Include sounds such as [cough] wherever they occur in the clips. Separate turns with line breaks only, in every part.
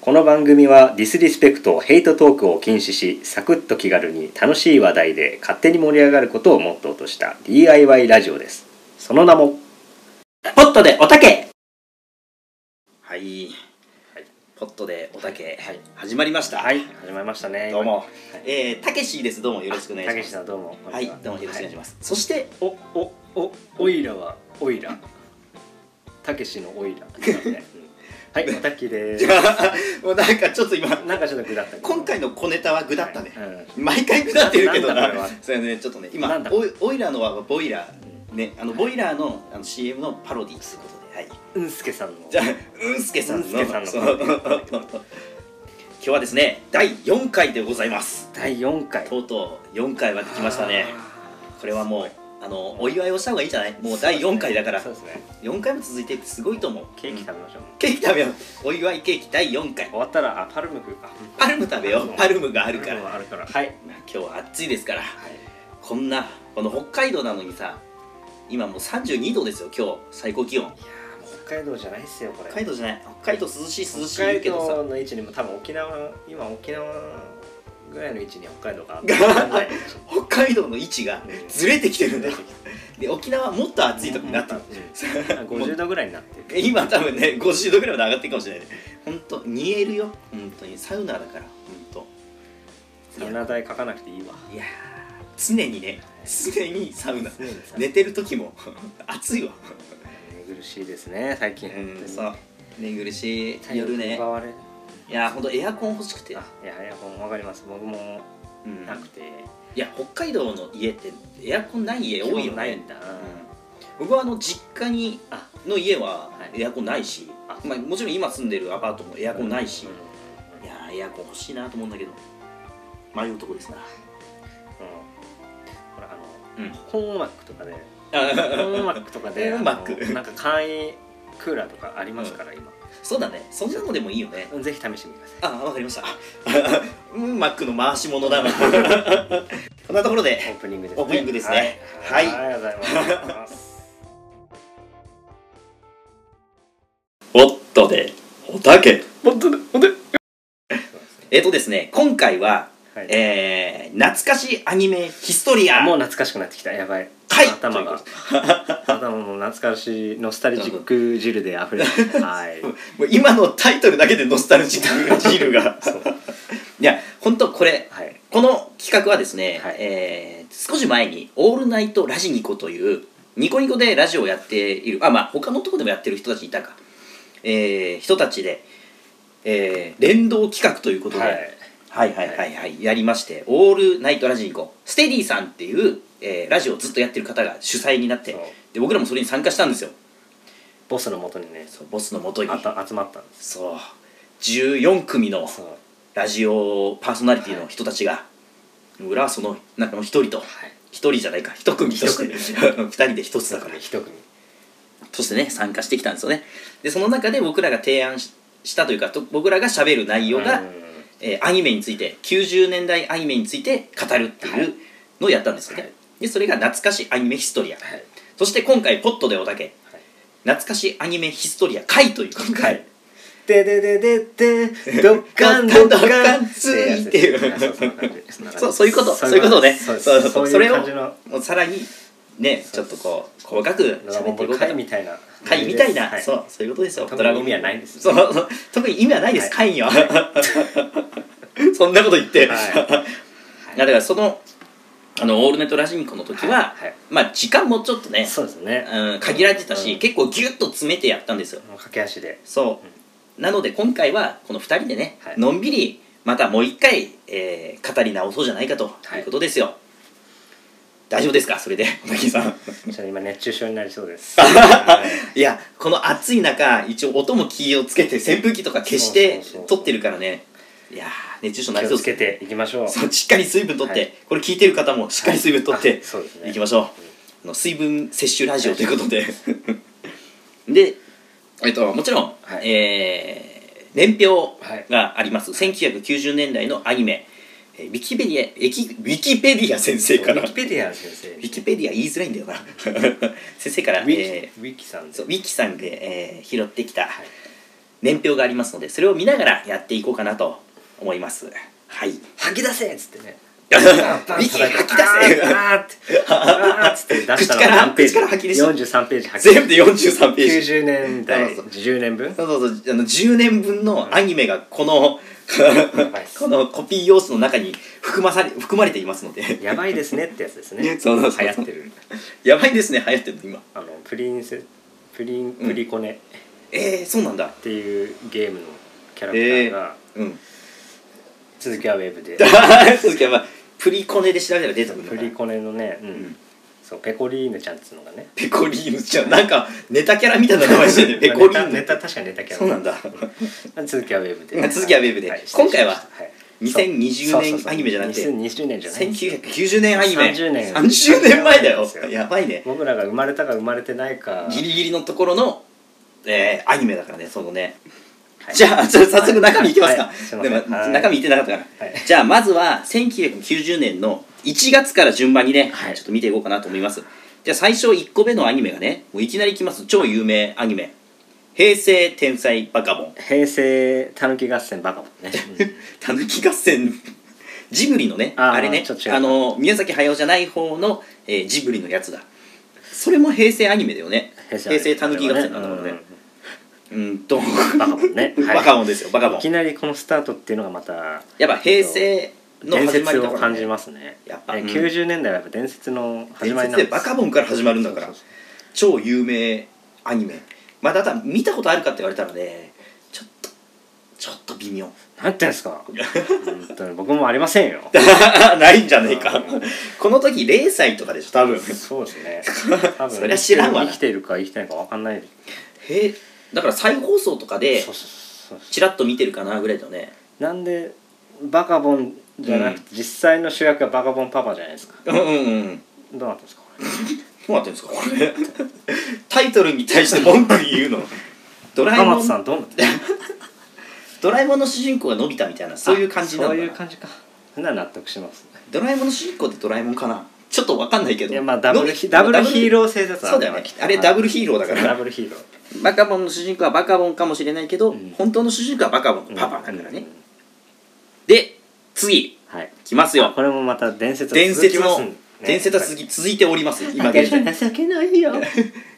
この番組はディスリスペクトヘイトトークを禁止しサクッと気軽に楽しい話題で勝手に盛り上がることをモットーとした DIY ラジオですその名も
ポットでおたけはい、ポットでおたけ、
はい
始まりました
はい始まりましたね
どうも、えー、たけしですどうもよろしくお願い
たけし
しま
さんどうも、
すはいどうもよろしくお願いしますす、そして [laughs]
おおおおいらはおいらたけしのおい [laughs] ら、はいおたきで
じ
す
ゃあもうなんかちょっと今
なんかちょっとグだったけど
今回の小ネタはグだったね、
はいうん
毎回グだってるけど
な
なん
だこれは
そうやねちょっとね
な
今
んだ
オイオイラーのはボイラーねあのボイラーのあの CM のパロディーということではい
うんすけさんの
じゃあうんすけさんの
うんすけさんの
そう [laughs] 今日はですね第4回でございます
第4回
とうとう4回はできましたねこれはもうあのお祝いをした方がいいんじゃないもう第4回だから
そうですね
4回も続いてってすごいと思う
ケーキ食べましょう、
ケーキ食べようお祝いケーキ第4回
終わったらあパルムくあ
パルム食べようパルムがあるか
パ
ら
ルム
まあ
はあるからはい、はい、
今日は暑いですからこんなこの北海道なのにさ今もう32度ですよ今日最高気
い
温
やーもう北海道じゃないっすよこれ
北海道じゃない北海道涼しい涼しい
北海
けどさ
道の位置にも多分沖縄今沖縄ぐらいの位置に北海 [laughs] 道があって
が北海道の位置がずれてきてるんだよで沖縄はもっと暑いとこになってる
50度ぐらいになってる
今多分ね50度ぐらいまで上がってるかもしれないね本当煮えるよ本当にサウナだから本
サウナ代書かなくていいわ
当いやー常にね常にサウナ
常にさ
寝てる時も暑いわ
寝苦しいですね最近本当に
そう寝苦しい
体力
夜ね
奪われる
いやーほんとエアコン欲しく
い
て、
やエアコンわかります僕も
うん
なくて
いや北海道の家ってエアコンない家多い
基
よ
本ないん
ね
だ
僕はあの実家に
あ
の家は
はい
エアコンないし、
あ
まあ、もちろん今住んでるアパートもエアコンないし、
うん
いやーエアコン欲しいなと思うんだけど迷うとこですな
うんほらあの、
うん
ホームワークと
[laughs]
かで、ホームワ
あ
ークとかで、
ホームワーク
あのなんか簡易クーラーとかありますから、
そうだねそんなのでもいいよね
今、ぜひ試してみてください。
あわかりましたうんマックの回し物だなこんなところで
オープニングですね。
オープニングですね
はい、
は
ありがとうございます。
おっとでおたけ
本当だ、本当だ。
えっ、とですね今回は、
はい、
えー、懐かしアニメヒストリア
もう懐かしくなってきた。やばい。
はい
頭が
と、
頭も懐かしいノスタルジック汁で溢れてる。はい。
もう今のタイトルだけでノスタルジックジル [laughs] が
そう
いや本当これ
はい。
この企画はですね、
はい
えー少し前に「オールナイトラジニコ」というニコニコでラジオをやっているあまあ他のとこでもやってる人たちいたか、えー人たちで、えー連動企画ということで、
はい。
はいはいはいはいやりまして「オールナイトラジニコ」ステディさんっていう、えーラジオをずっとやってる方が主催になって
そう
で僕らもそれに参加したんですよ
ボスの元にね、
そうボスのもとに
あた集まったんです。
そう14組の
そう。
ラジオパーソナリティの人たちが、裏はその中の一人と
はい。
一人じゃないか一組として
一
二人で一つだから
一組。
そしてね参加してきたんですよねでその中で僕らが提案ししたというかと僕らが喋る内容が、
うん
えーアニメについて90年代アニメについて語るっていうのをやったんですよね、
はい
でそれが懐かしアニメヒストリア、
はい
そして今回ポットでおたけ
はい
懐かしアニメヒストリア回という今回、
でででで
[laughs]
でドッカンドッカン
ついてるそうそういうこと
そ
そうう
い
いうう
こ
こととね
そう
そうそう
そういう
それを
感じの
もうさらにねちょっとこう細かく
ドラゴ
喋
ン
っ
ボー
て
ル
いこうか
会
な
みたいな
会みたいな、
はい
そうそういうことですよ
特に
ドラゴン
意味はないです
そうそう特に意味はないです、
はい
会には [laughs] そんなこと言って、
はい
いやだからそのあのオールネットラジニコの時は、
はいはい
まあ時間もちょっとね、
そうですね
うん、限られてたし、
うん
結構ギュッと詰めてやったんですよ
もう駆け足で
そうなので今回はこの2人でね、
はい
のんびりまたもう一回、えー語り直そうじゃないかと
はい
いうことですよ、大丈夫ですかそれで小滝さん
ちょっと今熱中症になりそうですはい
いやこの暑い中一応音も気をつけて扇風機とか消して
そうそうそう
撮ってるからねいやー熱中症にな
気
り
を
そ
つ
うです
けていきましょう
そうしっかり水分取って、
はい
これ聞いてる方もしっかり水分取って、
あそうですね
いきましょう、あの水分摂取ラジオということで [laughs] で、えっと、もちろん、
はい
えー年表があります、1990年代のアニメえーウィキペディアえーウィキウィキペディア先
ウ
生から
ィキ
ウ
ペディア先生ウ
ィキペディア言いづらいんだよな [laughs] 先生から、
ィキ
え
ウィキさん
ー
で
そうウィキさんで、えー拾ってきた、
はい
年表がありますのでそれを見ながらやっていこうかなと思いますはい
吐き出せっつってね
ミキ吐き出せ
あーあーっつって出したのが何ページ
口から口から吐き出し
43ページ吐き出
全部で43ページ
90年代
そうそ
10年分
そうそうそうあの10年分のアニメがこの
ばいっす
[laughs] このコピー要素の中に含まされ含まれていますので
やばいですねってやつです
[laughs]
ね
そうそうそう
流行ってる
やばいですね流行ってるの今
あのプリンセプリンプリコネ
えー、そうなんだ
っていうゲームのキャラクターが
うん [laughs]
続きはウェブで
鈴木やばいプリコネで調べたら出てくるの
プ
かな
リコネのねう
うんん
そうペコリーヌちゃんっつうのが
[laughs]
ね
ペコリーヌちゃんなんかネタキャラみたいな名前してるペコリーヌ
ネタネタ確かにネタキャラ
そうなんだ
続きはウェブで
続きはウェブで
い失礼しました
今回はい2020年アニメじゃなくて
2020年じゃない
1990年アニメ
30年
30年前だよ
そうですよ
やばいね
僕らが生まれたか生まれてないか
ギリギリのところの、えーアニメだからねそのね、
はい
じゃあじゃあ早速中身いきますか、
はいすいま
で
せん
も
はい
中身いってなかったから、
はい
じゃあまずは1990年の1月から順番にね、
はい
ちょっと見ていこうかなと思いますじゃあ最初1個目のアニメがねもういきなり来ます超有名アニメ「平成天才バカボン」
平成たぬき合戦バカもねうん
たぬき合戦ジブリのね
あー
あれね
ちょっと違う
あの宮崎駿じゃない方の、えージブリのやつだそれも平成アニメだよね [laughs] 平成たぬき合戦なんだもんねうんと
バカもん
[laughs]
ねはい
バカボンですよバカボン
いきなりこのスタートっていうのがまた
やっぱ平成の
伝
始ま
説
りだ
を
から、
感
ね、
じますね
やっぱ
え
うん
90年代はやっぱ伝説の始まりなんで
伝説
す
バカボンから始まるんだから
そうそう
超有名アニメまあただ見たことあるかって言われたらねちょっとちょっと微妙 [laughs]
そうなんていうんですか本当に僕もありませんよ
[laughs] ないんじゃねえか
うん
この時0歳とかでしょ
[laughs]
多分
そうですね多分
そりゃ知らんわな
生きてるか生きてないか分かんない
へえだから再放送とかで
そうそうそう
チラッと見てるかなぐらいだよね
なんでバカボンじゃなくて、実際の主役はバカボンパパじゃないですか
うんうんうん
どうなったんですかこれ
どうなってんですかこれタイトルに対して文句言うのドラえ
浜
も
田さ
ん
んどうなった
ドラえもんの主人公がのび太みたいなそういう感じなの
そう
かな
いう感じかなら納得します
ドラえもんの主人公ってドラえもんかなちょっとわかんないけど
いやまあダブルヒ
の
ダブルヒーロー制作
そうだよねあれダブルヒーローだから
ダブルヒーロー
バカボンの主人公はバカボンかもしれないけど、
うん
本当の主人公はバカボンのパパだからね、
うん
で次
はい
来ますよ
これもまた伝説
伝説の、伝説は
続き
次続いております今
ま
現在
すね情けない [laughs] よ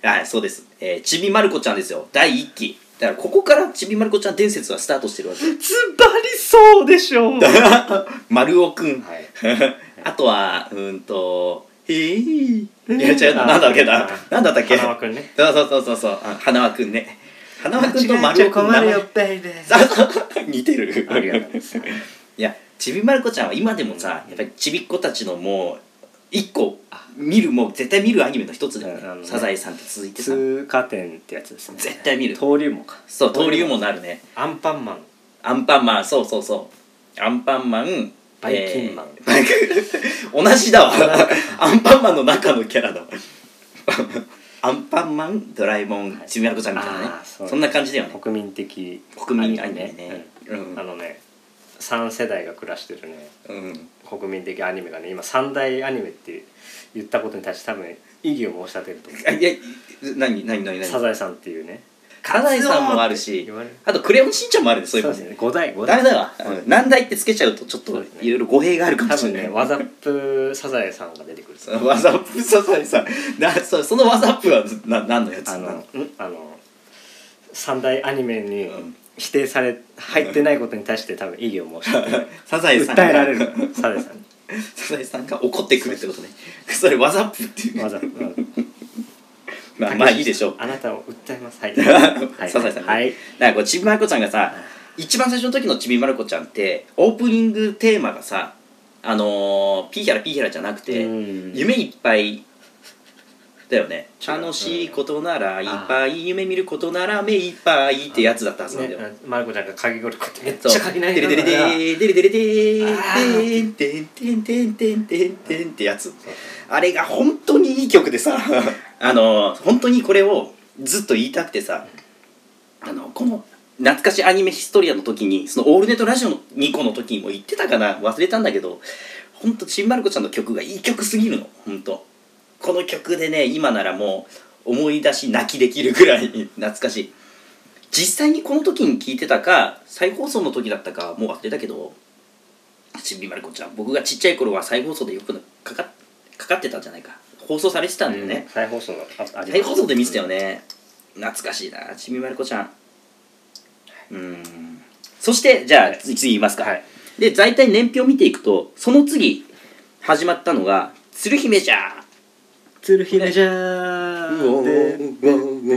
はい、そうです。えーちびまる子ちゃんですよ。第1期。だから、ここからちびまる子ちゃん伝説はスタートしてる
[laughs]
わけ。
ズバリそうでしょうは
丸尾くん。
い
[laughs] あとは、うーんと、へえいや、違うな。なんだっけな
あ。
なんだったっけ
花輪くんね
そうそうそうそうそう。あ花輪くんね。花輪くんと丸尾くんの名前。
ベイベー
あそう [laughs] 似てる。
ありがとうございます
いや、ちびまる子ちゃんは今でもさ、やっぱりちびっ子たちのもう、一個、見る、もう絶対見るアニメの一つだよ
うんあの
ね。
ね
サザエさんって続いてさ、
通過点ってやつですね
絶対見る。
登竜門か
そう、登竜門になるね。
アンパンマン
アンパンマンそうそうそうアンパンマン
バイキンマン
えー [laughs] 同じだわアンパンマンの中のキャラだわアンパンマンドラえもんちびまる子ちゃんみたいなね
あーそう
そんな感じだよね
国民的
国民アニメね
うん
うん
あのね3世代が暮らしてるね
うん
国民的アニメがね今3大アニメって言ったことに対して多分異議を申し立てると思う
あいや何何何
サ
何
ザエさんっていうね
サザエさんもあるし
言われる
あとクレヨンしんちゃんもあるねそういう
そ
こ
うで
と
すね5代5
ダメ
代
だわ、うん、難題ってつけちゃうとちょっといろいろ語弊があるかも
多
しれ
分
ない
ねワザップサザエさんが出てくる
わざっぷサザエさんなそそのわざっぷはな何のやつ
あ
な
の
の
んあの三大アニメに
うん
否定され入ってないことに対して多分異議を申し立て
[laughs]
る
サザエさんが
訴えられるサザエさんに
サザエさんが怒ってくるってことねそれわざっぷっていう
わざわざ
[laughs] まあまあいいでしょう
あなたを訴えますはい
[laughs] サザエさんね
はい
だからこうちびまる子ちゃんがさ一番最初の時のちびまる子ちゃんってオープニングテーマがさあのー、ピーヒャラピーヒャラじゃなくて
うん
夢いっぱいだよね
違う
楽しいことならいっぱい夢見ることなら目いっぱいってやつだったはずなんだよ、
ねマルコちゃんが鍵ゴルコってめっ
そう
ちゃ鍵ない
デレデレデーデレデレデーデンデンデンデンデンデンってやつあれが本当にいい曲でさあの本当にこれをずっと言いたくてさあのこの懐かしアニメヒストリアの時にその「オールネットラジオ」の2個の時にも言ってたかな忘れたんだけど本当ちんまる子ちゃんの曲がいい曲すぎるの本当こ [laughs] の曲でね今ならもう思い出し泣きできるぐらい懐かしい実際にこの時に聞いてたか再放送の時だったかもう忘れたけどちびまる子ちゃん僕がちっちゃい頃は再放送でよくかかかかってたんじゃないか放送されてたんだよね、
うん再放送がああります
再放送で見てたよね懐かしいなちびまる子ちゃんうんそしてじゃあ次次言いますか、
はい
で大体年表を見ていくとその次始まったのが「鶴姫じゃ
鶴姫じゃー
うおー
で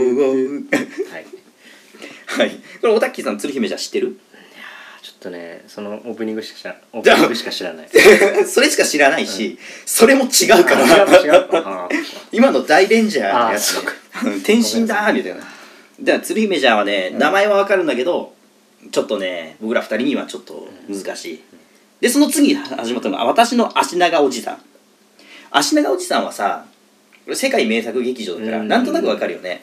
はい
ー」はいこれおたっきーさん鶴姫じゃー知ってる [laughs]
ちょっとねそのオープニングしか知らオープニングしか知らない
それしか知らないし、それも違うから
[laughs] 違う違うあー
今の大レンジャーのや
あー
つ
そうか
うん転身だーみたいなじゃあ鶴姫ちゃんはね名前はわかるんだけど、ちょっとね僕ら二人にはちょっと難しい、でその次始まったのが私の足長おじさん足長おじさんはさこれ世界名作劇場だか
う
ら
ん
なんとなくわかるよね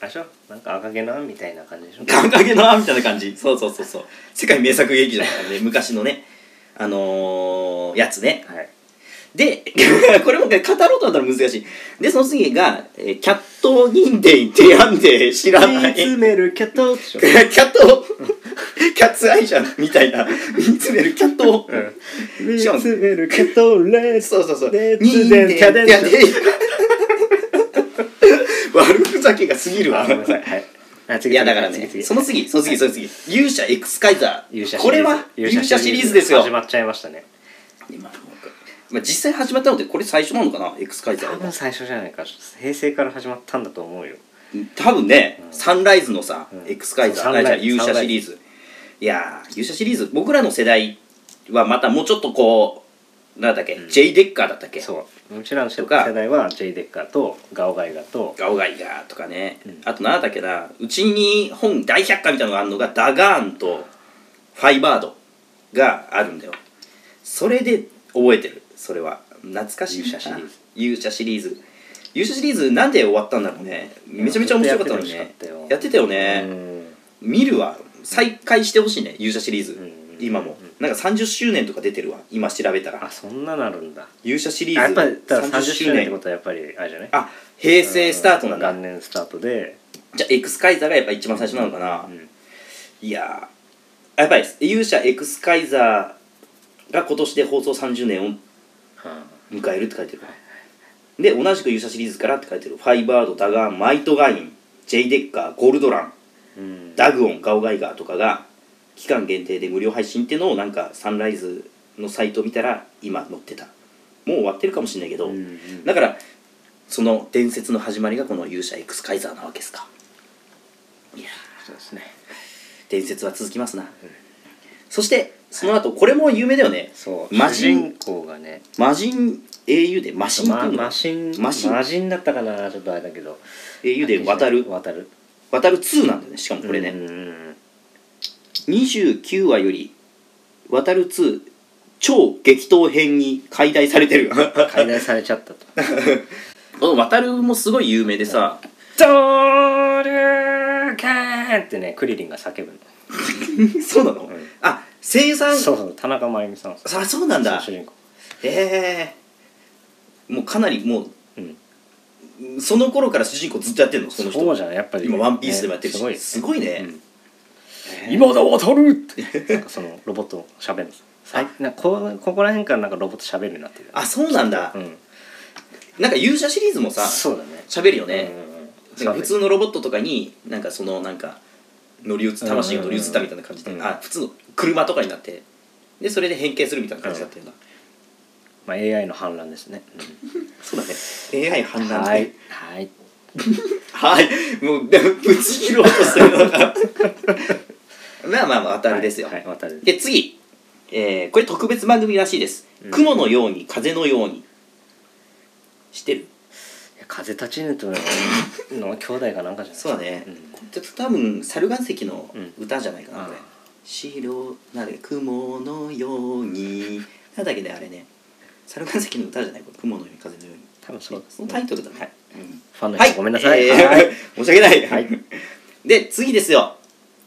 あれでしょなんか赤毛なみたいな感じでしょ
「かんかげな」みたいな感じそうそうそうそう世界名作劇場だからね昔のねあのー、やつね
はい
で、 [laughs] これもね語ろうとなったら難しい。で、その次が、えーキャット認定提案で知らない。
見
キ [laughs] ャ
つめるキャットでしょ
ット、 [laughs] キャッツアイじゃん、みたいな。見つめるキャットを。
見つめるキャットレッツ
そうそうそう。
で自然キャデン
認定提案で [laughs] 悪ふざけが過ぎる
あご。
わ
めんなさいはいあ次
いやだからね
次次
その次その次その次勇者エクスカイザ
勇者シリ
ー
ーズ
これは勇者シリーズですよ
始まっちゃいましたね
今まあ実際始まったのでこれ最初なのかなエクスカイザー
多
は
分最初じゃないかちょっと平成から始まったんだと思うよ
多分ね、
うん
サンライズのさ、
うん
エクスカイザ
サ
ー
ンライズ
あじゃあ勇者シリーズいやー勇者シリーズ僕らの世代はまたもうちょっとこうなんだっけ、
ん
J デッカーだったっけ
そううちらの世
とか
代は J デッカーとガオガイガと
ガオガイガーとかね、
うん
あと何だったっけなうちに本大百科みたいなのがあるのがダガーンとファイバードがあるんだよそれで覚えてるそれは懐かしいな
勇者シリーズ
勇者シリーズ勇者シリーズなんで終わったんだろうねめちゃめちゃ面白かったのにねやってたよね、
うん
見るわ再開してほしいね勇者シリーズ、
うん
今も、なんか30周年とか出てるわ今調べた
あ
ら
そんななるんだ
勇者シリ
あ
ー
や
ズ
っぱりだから30周年ってことはやっぱりあれじゃない
あ平成スタートなんだ、
元年スタートで
じゃあエクスカイザーがやっぱ一番最初なのかな、
うん
いやーやっぱり勇者エクスカイザーが今年で放送30年を迎えるって書いてるわで同じく勇者シリーズからって書いてるファイバードダガーンマイトガインジェイデッカーゴールドラン
うん
ダグオンガオガイガーとかが期間限定で無料配信っていうのをなんかサンライズのサイト見たら今載ってたもう終わってるかもしれないけど、
うんうん
だからその伝説の始まりがこの勇者エクスカイザーなわけですかいや
そうですね
ー伝説は続きますな、そしてその後これも有名だよね
そう
マ
主
ジン
人公がね
魔人 au でマシンっ
ま
ていうの
マシン
マシン
マジンだったかなちょっとあれだけど
au で渡る
渡る
渡る2なんだよねしかもこれね、
うんうんうん
29話より「渡る2超激闘編」に解体され
[laughs]
てる
解体されちゃった [laughs] と
この渡るもすごい有名でさ「
ドルーカーンってねクリリンが叫ぶの、
そうなの、
ん
あ生産
そうそう田中真由美さん
あそうなんだ
そう主人公
ええもうかなりも
うん
うその頃から主人公ずっとやってんのその人
そうじゃないやっぱり
今「ワンピースでもやってるし、
ねすごい
すごいね、
うん
えー
今だ渡るって
[laughs]
なんかそのロボット喋るんです最なんかこここら辺からなんかロボット喋るようになってるよね
あそうなんだ、
うん
なんか勇者シリーズもさ
そうだね
喋るよね、
うんうんうん
なんか普通のロボットとかになんかそのなんか乗り移魂が乗り移ったみたいな感じで、
うん
あ普通の車とかになってでそれで変形するみたいな感じだったよな、
まあ AI の反乱ですね、うん
そうだね AI 判断
はいはい
はいもうでもぶち切ろうとしてるのがまあまあまあ当たるですよ、
はい、はい渡る
で次、えーこれ特別番組らしいです、
うん
雲のように風のように知ってる
いや風立ちぬとのの兄弟かなんかじゃない
そうだね、
うん
これちょっと多分猿岩石の歌じゃないかな、
うん
これ
ああ
白なんだっけ雲のようになんだっけねあれね猿岩石の歌じゃないこれ雲のように風のように
多分そうです
そのタイトルだね、はい
ファンの
はい
人ごめんなさい、
えー
はい
[laughs] 申し訳ない、 [laughs]
はい
で次ですよ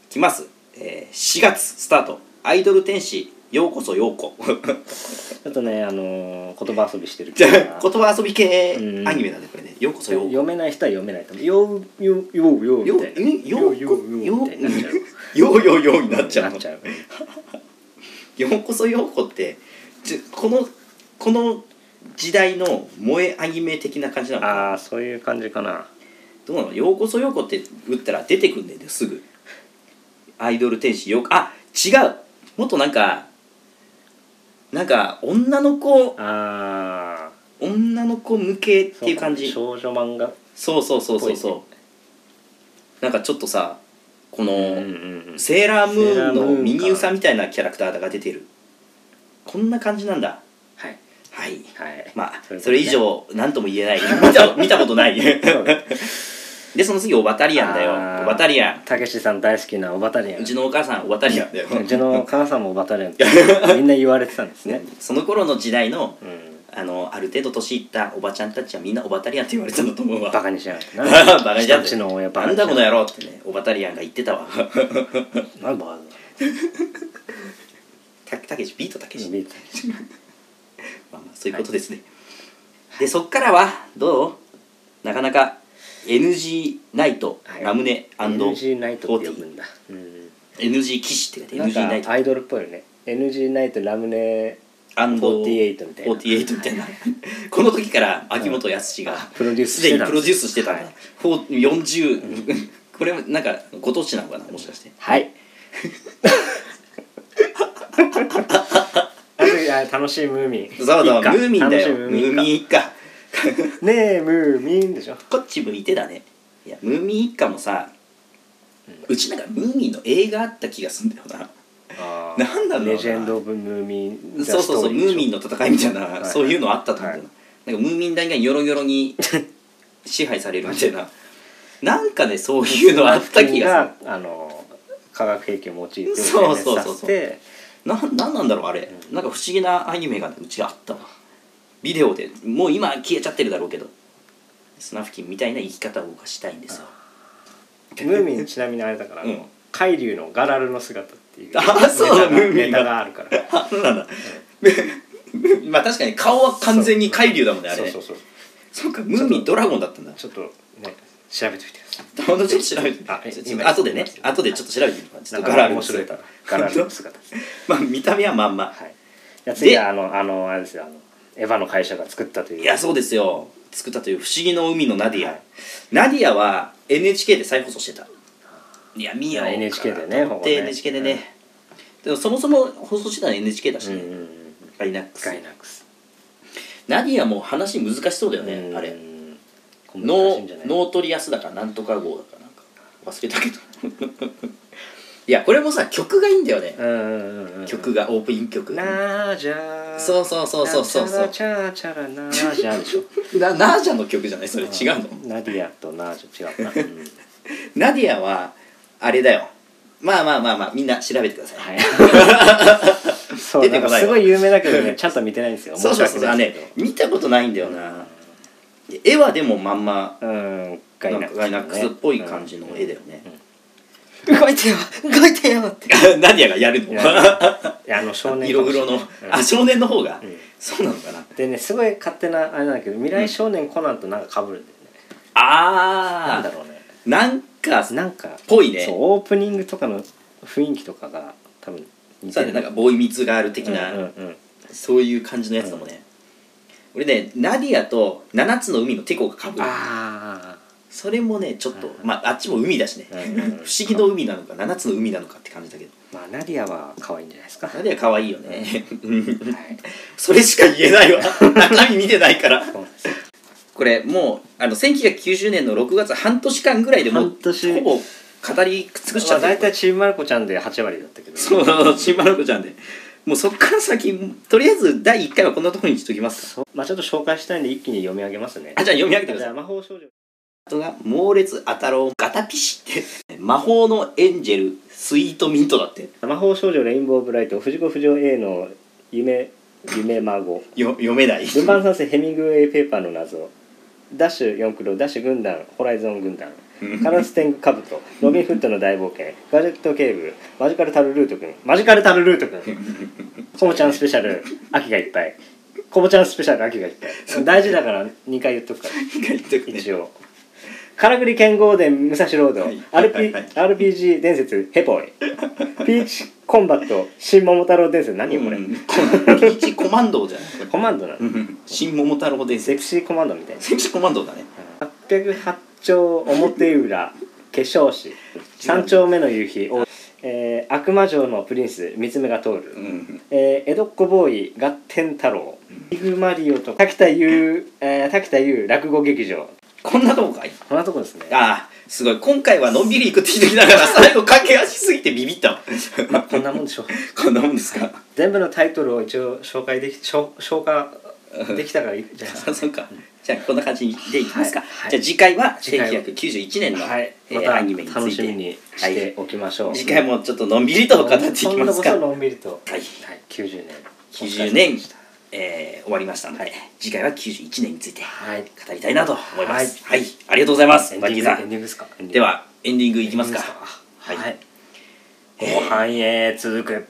来ます、えー4月スタート「アイドル天使ようこそようこ [laughs]
ちょっとねあのー言葉遊びしてる
じ
け
ゃ
ど
あ言葉遊び系
うん
アニメなんでこれねようこそようこ
読めない人は読めないと思うようようようよう
よ
み
う
たいな
よう
ようようみたいになっちゃう
ようようようになっちゃう
な
の
っちゃう
ようこそようこってちょこのこの時代の萌えアニメ的な感じなのかな
ああそういう感じかな
どうなのようこそようこって打ったら出てくんねんですぐアイドル天使ようこあ違うもっとなんかなんか女の子
ああ
女の子向けっていう感じ
少女漫画
そうそうそうそう
ぽいね
そうなんかちょっとさこの、
うんうんうん
セーラームーン
セーラームーン
の
か
ミニウサみたいなキャラクターが出てるこんな感じなんだ
はい
はい
はい
まあ
そういうことね
それ以上何とも言えない見た見たことない
そうだ
でその次オバタリアンだよ
あー
オバタリアン
たけしさん大好きなオバタリアン
うちのお母さんオバタリアンだよ
うちの母さんもオバタリアンってみんな言われてたんですね
その頃の時代の
うん
あのある程度年いったおばちゃんたちはみんなオバタリアンって言われてたんだと思うわ
バカにしやがってな
バカにしちゃっ
人んち
て
の親バカ
な
に
ん
しやが
だこ
っ
の野郎ってねオバタリアンが言ってたわ
てなんだバカだ
たたけしビートたけし
ビート
まあまあそういうことですね、でそっからはどうなかなか NG ナイト、
はい
ラムネ
NG ナイトって呼ぶんだうん
NG 騎士って書
ないん
て NG ナイ
か
ト
アイドルっぽいよね NG ナイトラムネ
アンド
48みたいな
48みたいな [laughs] この時から秋元康が
プロデュース
す
して
でに
た
プロデュースしてたんだ、
はい
ほう40 [laughs] これもなんかご当地なのかなもしかして
はい。あいや楽しいムーミン。
そうそうム
一家
ーミンだよム
楽しい
ーミン
ン
一家
一家。ねえムーミンでしょ。
こっち向いてだねいやムーミン一家もさ、うちなんかムーミンの映画あった気がすんだよな
あ
ーなんだろうな
レジェンドオブムーミン。
そうそうそうムーミン
の。
の戦いみたいな、
はい
そういうのあったと思うんだよな,、なんかムーミン大がニョロニョロに支配されるみたいな [laughs] なんかねそういうのあった気が
する。あの化学兵器を用いて
そうそうそう
させて
するななんなんだろうあれ、なんか不思議なアニメがねうちあったわビデオでもう今消えちゃってるだろうけどスナフキンみたいな生き方を僕はしたいんですよ
ムーミンちなみにあれだから、あの
うん
海流のガラルの姿っていう。
あーそう
ネタが
だムーミン
ネ
が
タがあるから。
あそうなんだ [laughs] まあ確かに顔は完全に海流だもんねあれ
そう
ね
そうそう。
そうかムーミンドラゴンだったんだ
ちょっとね調べてみてください。
[laughs] ちょっと調べて
あえ
ちょっ
今
と後でね後でちょっと調べてみるからちょっとガラル
面白いからガラルの姿。
まあ見た目はまんま
はい、じゃあ次はあのあのあれですよあのエヴァの会社が作ったという
いやそうですよ作ったという不思議の海のナディア、ナディアは NHK で再放送してたいや見ようか
NHK でね
と思っ
ほぼね
て NHK でね、でもそもそも放送してたの NHK だ
う
し
んうん
ね、
うん
ガイナックス
ガイナックス
ナディアも話難しそうだよね
うん
あれ
難
ノ
しいんじゃない
ーノートリアスだかなんとか号だかなんか忘れたけど [laughs] いやこれもさ曲がいいんだよね、
うんうんうんうん
曲がオープニング曲
なーじゃー
そうそうそうそうそうそう
チャラチャラチャラなーじゃーでしょ
なナージャの曲じゃないそれ違うの
ナディアとナージャ違
[laughs]
うな、うん
ナディアはあれだよまあまあまあまあみんな調べてください、
はい、 [laughs] そう
出て
な
こ
んか
な
す
いわ
ごい有名だけどねちゃんと見てないんですよ
そうそうそうあ
申し訳ない
ね
ですけ
見たことないんだよな、絵はでもまんま
どうんガ
ガ
イ
イ
ナ
ナ
ックス,、
ックスっぽい感じの絵だよね、
動いてよ動いてよって
[laughs] ナディアがやるの
いやいやあの少年か
色
もしれ
黒
ない
の、
うん
あ少年の方が、
ん
そうなのかな
でねすごい勝手なあれなんだけど未来少年コナンとなんか被るんだよね、なん
あ
だろうね
ーなんか
なんか
ぽいね
そうオープニングとかの雰囲気とかが多分似
そ
てる
うだねなんかボーイミーツガール的
うん
な、
うんうん
そういう感じのやつだもんね、俺ねナディアと7つの海のテコがかぶる
あ
それもねちょっと、
はいはい
まああっちも海だしね、
うんうんうん
[laughs] 不思議の海なのか7つの海なのかって感じだけど
あまあナディアは可愛いんじゃないですか、
ナディア可愛いよねうん
はい
それしか言えない [laughs] わ中身見てないから
そうですね
これもうあの1990年の6月半年間ぐらいでもう
半年
ほぼ語り尽くしち
ま
ゃ
あ
った、
大体チームマルコちゃんで8割だったけど
そうそうちんまる子ちゃんでもうそっから先とりあえず第1回はこんなところにしときますか
そうまあちょっと紹介したいんで一気に読み上げますね
あじゃあ読み上げてく
じ
ださい
ゃあ魔法少女
あとが猛烈アタローガタピシって魔法のエンジェルスイートミントだって
魔法少女レインボーブライト藤子不二雄 A の夢夢孫
よ読めない
ルパン三世ヘミングウェイペーパーの謎ダッシュ四クロダッシュ軍団ホライゾン軍団カラステングカブトロビンフッドの大冒険ガジェット警部マジカルタルルート君マジカルタルルート君コボちゃんスペシャル秋がいっぱいコボちゃんスペシャル秋がいっぱい大事だから2回言っとくから
[laughs] 一回言っとくね
一応からくり剣豪伝武蔵ロード、
はい
RP
はい
RPG 伝説ヘポイピーチコンバット新桃太郎伝説何よこれ、
うんこれピーチコマンドじゃない
コマンドなの、
うん新桃太郎伝
セ
説
クシーコマンドみたいな
セクシーコマンドだね
808丁表裏化粧師3丁目の夕日を、えー悪魔城のプリンス三つ目が通る、
うん
えー江戸っ子ボーイ合天太郎イグマリオと滝田優、えー滝田優落語劇場
こんなとこかい
こんなとこですね
ああすごい今回はのんびり行くって言ってきながら最後駆け足すぎてビビったわ
まあこんなもんでしょう
こんなもんですか
全部のタイトルを一応紹介でき消消化できたからいいじゃないですか
あそうかじゃあこんな感じでいきますか、
はいはい
じゃあ次回は
次回は
1991年の、
はい、
え
ま
ー
た
アニメについて
楽しみにしておきましょう、
はい、次回もちょっとのんびりと語っていきますか
そんなことのんびりと
は
は
い
い、90年
90年
お疲れ様でした、
えー終わりましたので、
はい
次回は91年について
はい
語りたいなと思いますはい、ありがとうございます
エンデ
バ
ィン
ニ
グ
ーさ
エン
ん
ディングですか
ではエンディング
エ
い
ン
き
ディ
ま
ング
す
で
か
すか
はい
はい、後半へ続く